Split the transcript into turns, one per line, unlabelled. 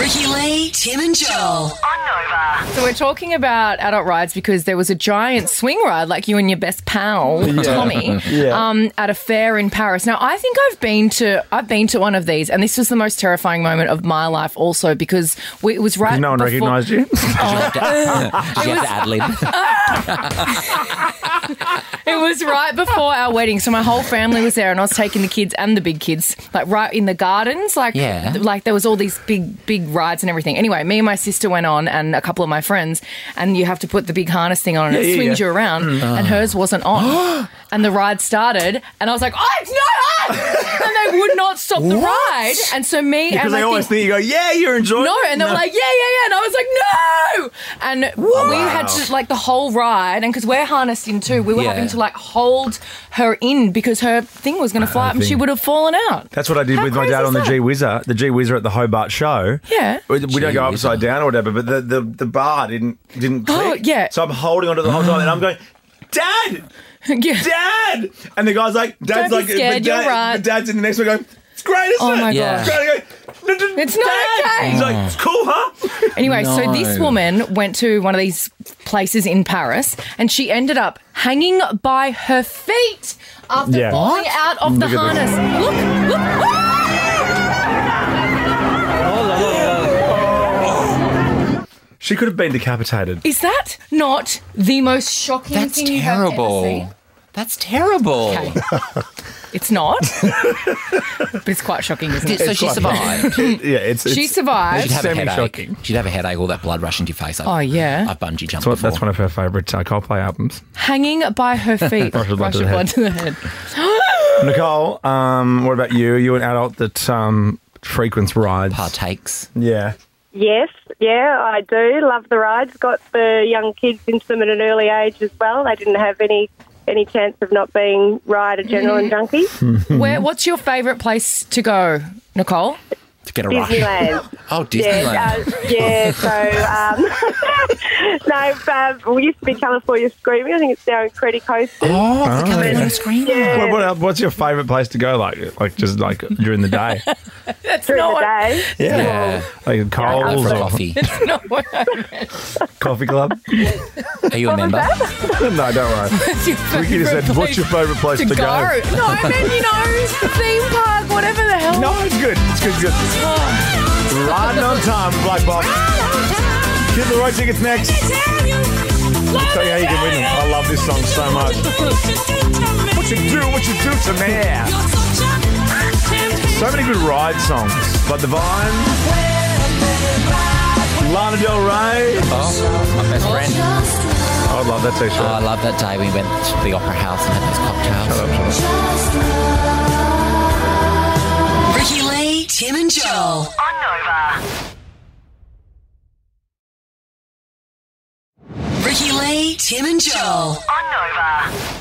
Abby, Tim, and Joel.
So we're talking about adult rides because there was a giant swing ride, like you and your best pal Tommy, um, at a fair in Paris. Now I think I've been to I've been to one of these, and this was the most terrifying moment of my life, also because we, it was right.
No one
before-
recognised you.
Did you have to ad lib?
It was right before our wedding, so my whole family was there, and I was taking the kids and the big kids, like right in the gardens, like
Yeah.
like there was all these big big rides and everything. Anyway, me and my sister went on, and a couple of my friends, and you have to put the big harness thing on, and it
yeah,
swings
yeah. Mm. Ah.
you around, and hers wasn't on, and the ride started, and I was like, oh, it's not on, and they would not stop the ride, and so me
Because
and
they
my
always
thing-
think you go, yeah, you're enjoying
no, and they were like, yeah, yeah, yeah, and I was like, no, and we had to like the whole ride, and because we're harnessed in too, we were
Yeah.
having to like hold her in because her thing was going to fly up, and she
thing.
would have fallen out.
That's what I did
How
with my
crazy
dad
is
on the
that?
G Whizzer, the G Whizzer at the Hobart show.
Yeah.
We, we don't go upside down or whatever, but the, the, the bar didn't didn't click.
Oh, yeah.
So I'm holding onto the whole time and I'm going, Dad!
yeah.
Dad! And the guy's like, Dad's
Don't
like,
be scared,
but dad,
you're right.
but Dad's in the next one going, It's great, isn't
Oh
it?
my
Yeah.
It's great. I go, "No, no,
It's not
Dad!"
okay.
He's like, It's cool, huh?
Anyway, so this
No.
woman went to one of these places in Paris, and she ended up hanging by her feet after
Yeah.
falling out of the
Look at
harness.
this.
Look, look. ah!
She could have been decapitated.
Is that not the most shocking
That's
thing you have ever seen?
terrible. That's terrible.
Okay. it's not. but it's quite shocking, isn't it?
So she survived.
It- yeah, it's,
she
it's-
survived.
She'd have a headache.
Semi-shocking.
She'd have a headache. All that blood rush into your face. I've,
Oh, yeah.
I've bungee jumped
That's, what,
before.
that's one of her favourite uh, Coldplay albums.
Hanging by her feet.
Rush of blood to the
of
head.
to the head.
Nicole, um, what about you? Are you an adult that um, frequents rides?
partakes.
Yeah.
Yes, yeah, I do love the rides. Got the young kids into them at an early age as well. They didn't have any any chance of not being rider general and junkie.
Hmm.
Where, what's your favourite place to go, Nicole?
to get a ride.
Disneyland.
Oh,
Yeah,
Disneyland.
uh, yeah. So um, no, um, we used to be California Screaming. I think it's now in Credit Coast.
Oh, the California Screamer.
What, what, el- what's your favourite place to go? Like, like just like during the day,
during
not-
the day.
Yeah.
like
Out
Coles
for
or
coffee.
No, that's
coffee club.
Are you a member?
no, don't worry.
your
We could have
favourite
said, "What's your favourite place to,
to go. No, I meant, you know, theme park, whatever the hell.
No, it's good. It's good. It's good.
Oh,
Riding on time, with Black Box. Kid Leroy tickets next. Tell you how you can win them. I love this song so much. What you do? What you do to me? So many good ride songs, like The Vine, Lana Del Rey.
Oh, my best friend.
I love that t-shirt.
Oh, I love that day we went to the Opera House and had those cocktails.
Ricky Lee, Tim, and Joel. On Nova. Ricky Lee, Tim, and Joel.